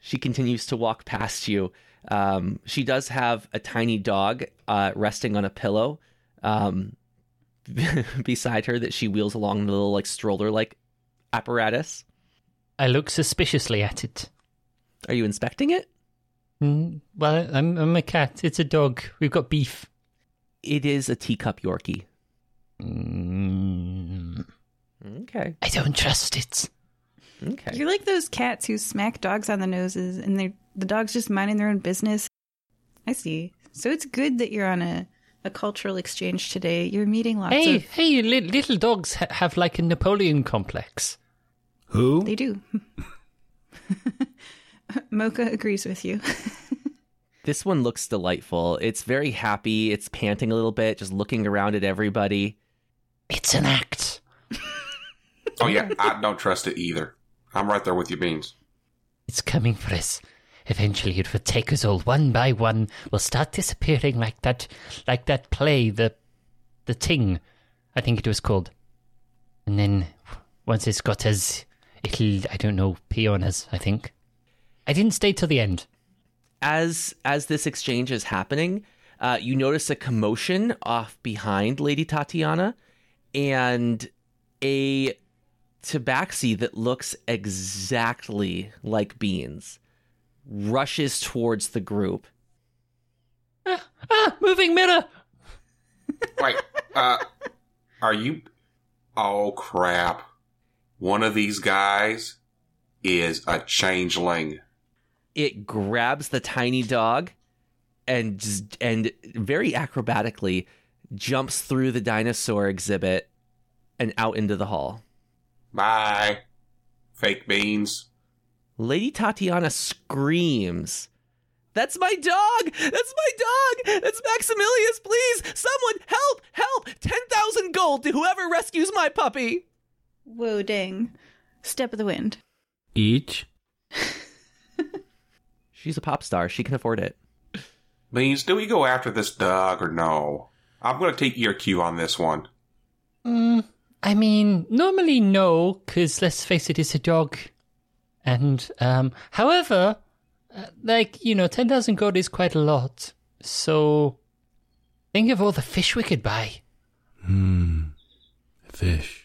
She continues to walk past you. Um, she does have a tiny dog uh, resting on a pillow um, beside her that she wheels along in a little like stroller like apparatus. I look suspiciously at it. Are you inspecting it? Mm, well, I'm, I'm a cat. It's a dog. We've got beef. It is a teacup Yorkie. Mm, Okay. I don't trust it. Okay. You're like those cats who smack dogs on the noses and they the dog's just minding their own business. I see. So it's good that you're on a, a cultural exchange today. You're meeting lots hey, of hey, li- little dogs ha- have like a Napoleon complex. Who? they do. Mocha agrees with you. This one looks delightful. It's very happy. It's panting a little bit, just looking around at everybody. It's an act. Oh yeah, I don't trust it either. I'm right there with you, Beans. It's coming for us. Eventually, it will take us all one by one. We'll start disappearing like that, like that play, the, the thing, I think it was called. And then, once it's got us, it'll, I don't know, pee on us. I think. I didn't stay till the end. As as this exchange is happening, uh, you notice a commotion off behind Lady Tatiana, and a tabaxi that looks exactly like Beans rushes towards the group. Ah, moving mirror. Wait, uh, are you? Oh crap! One of these guys is a changeling. it grabs the tiny dog and just- and very acrobatically jumps through the dinosaur exhibit and out into the hall. Bye, fake beans. Lady Tatiana screams, "That's my dog! That's my dog! That's Maximilius! Please, someone help! Help! 10,000 gold to whoever rescues my puppy!" Whoa dang. Step of the wind. Each? She's a pop star. She can afford it. Beans, do we go after this dog or no? I'm going to take your cue on this one. Mm, I mean, normally no, because let's face it, it's a dog. And, um, however, uh, like, you know, 10,000 gold is quite a lot. So, think of all the fish we could buy. Hmm. Fish.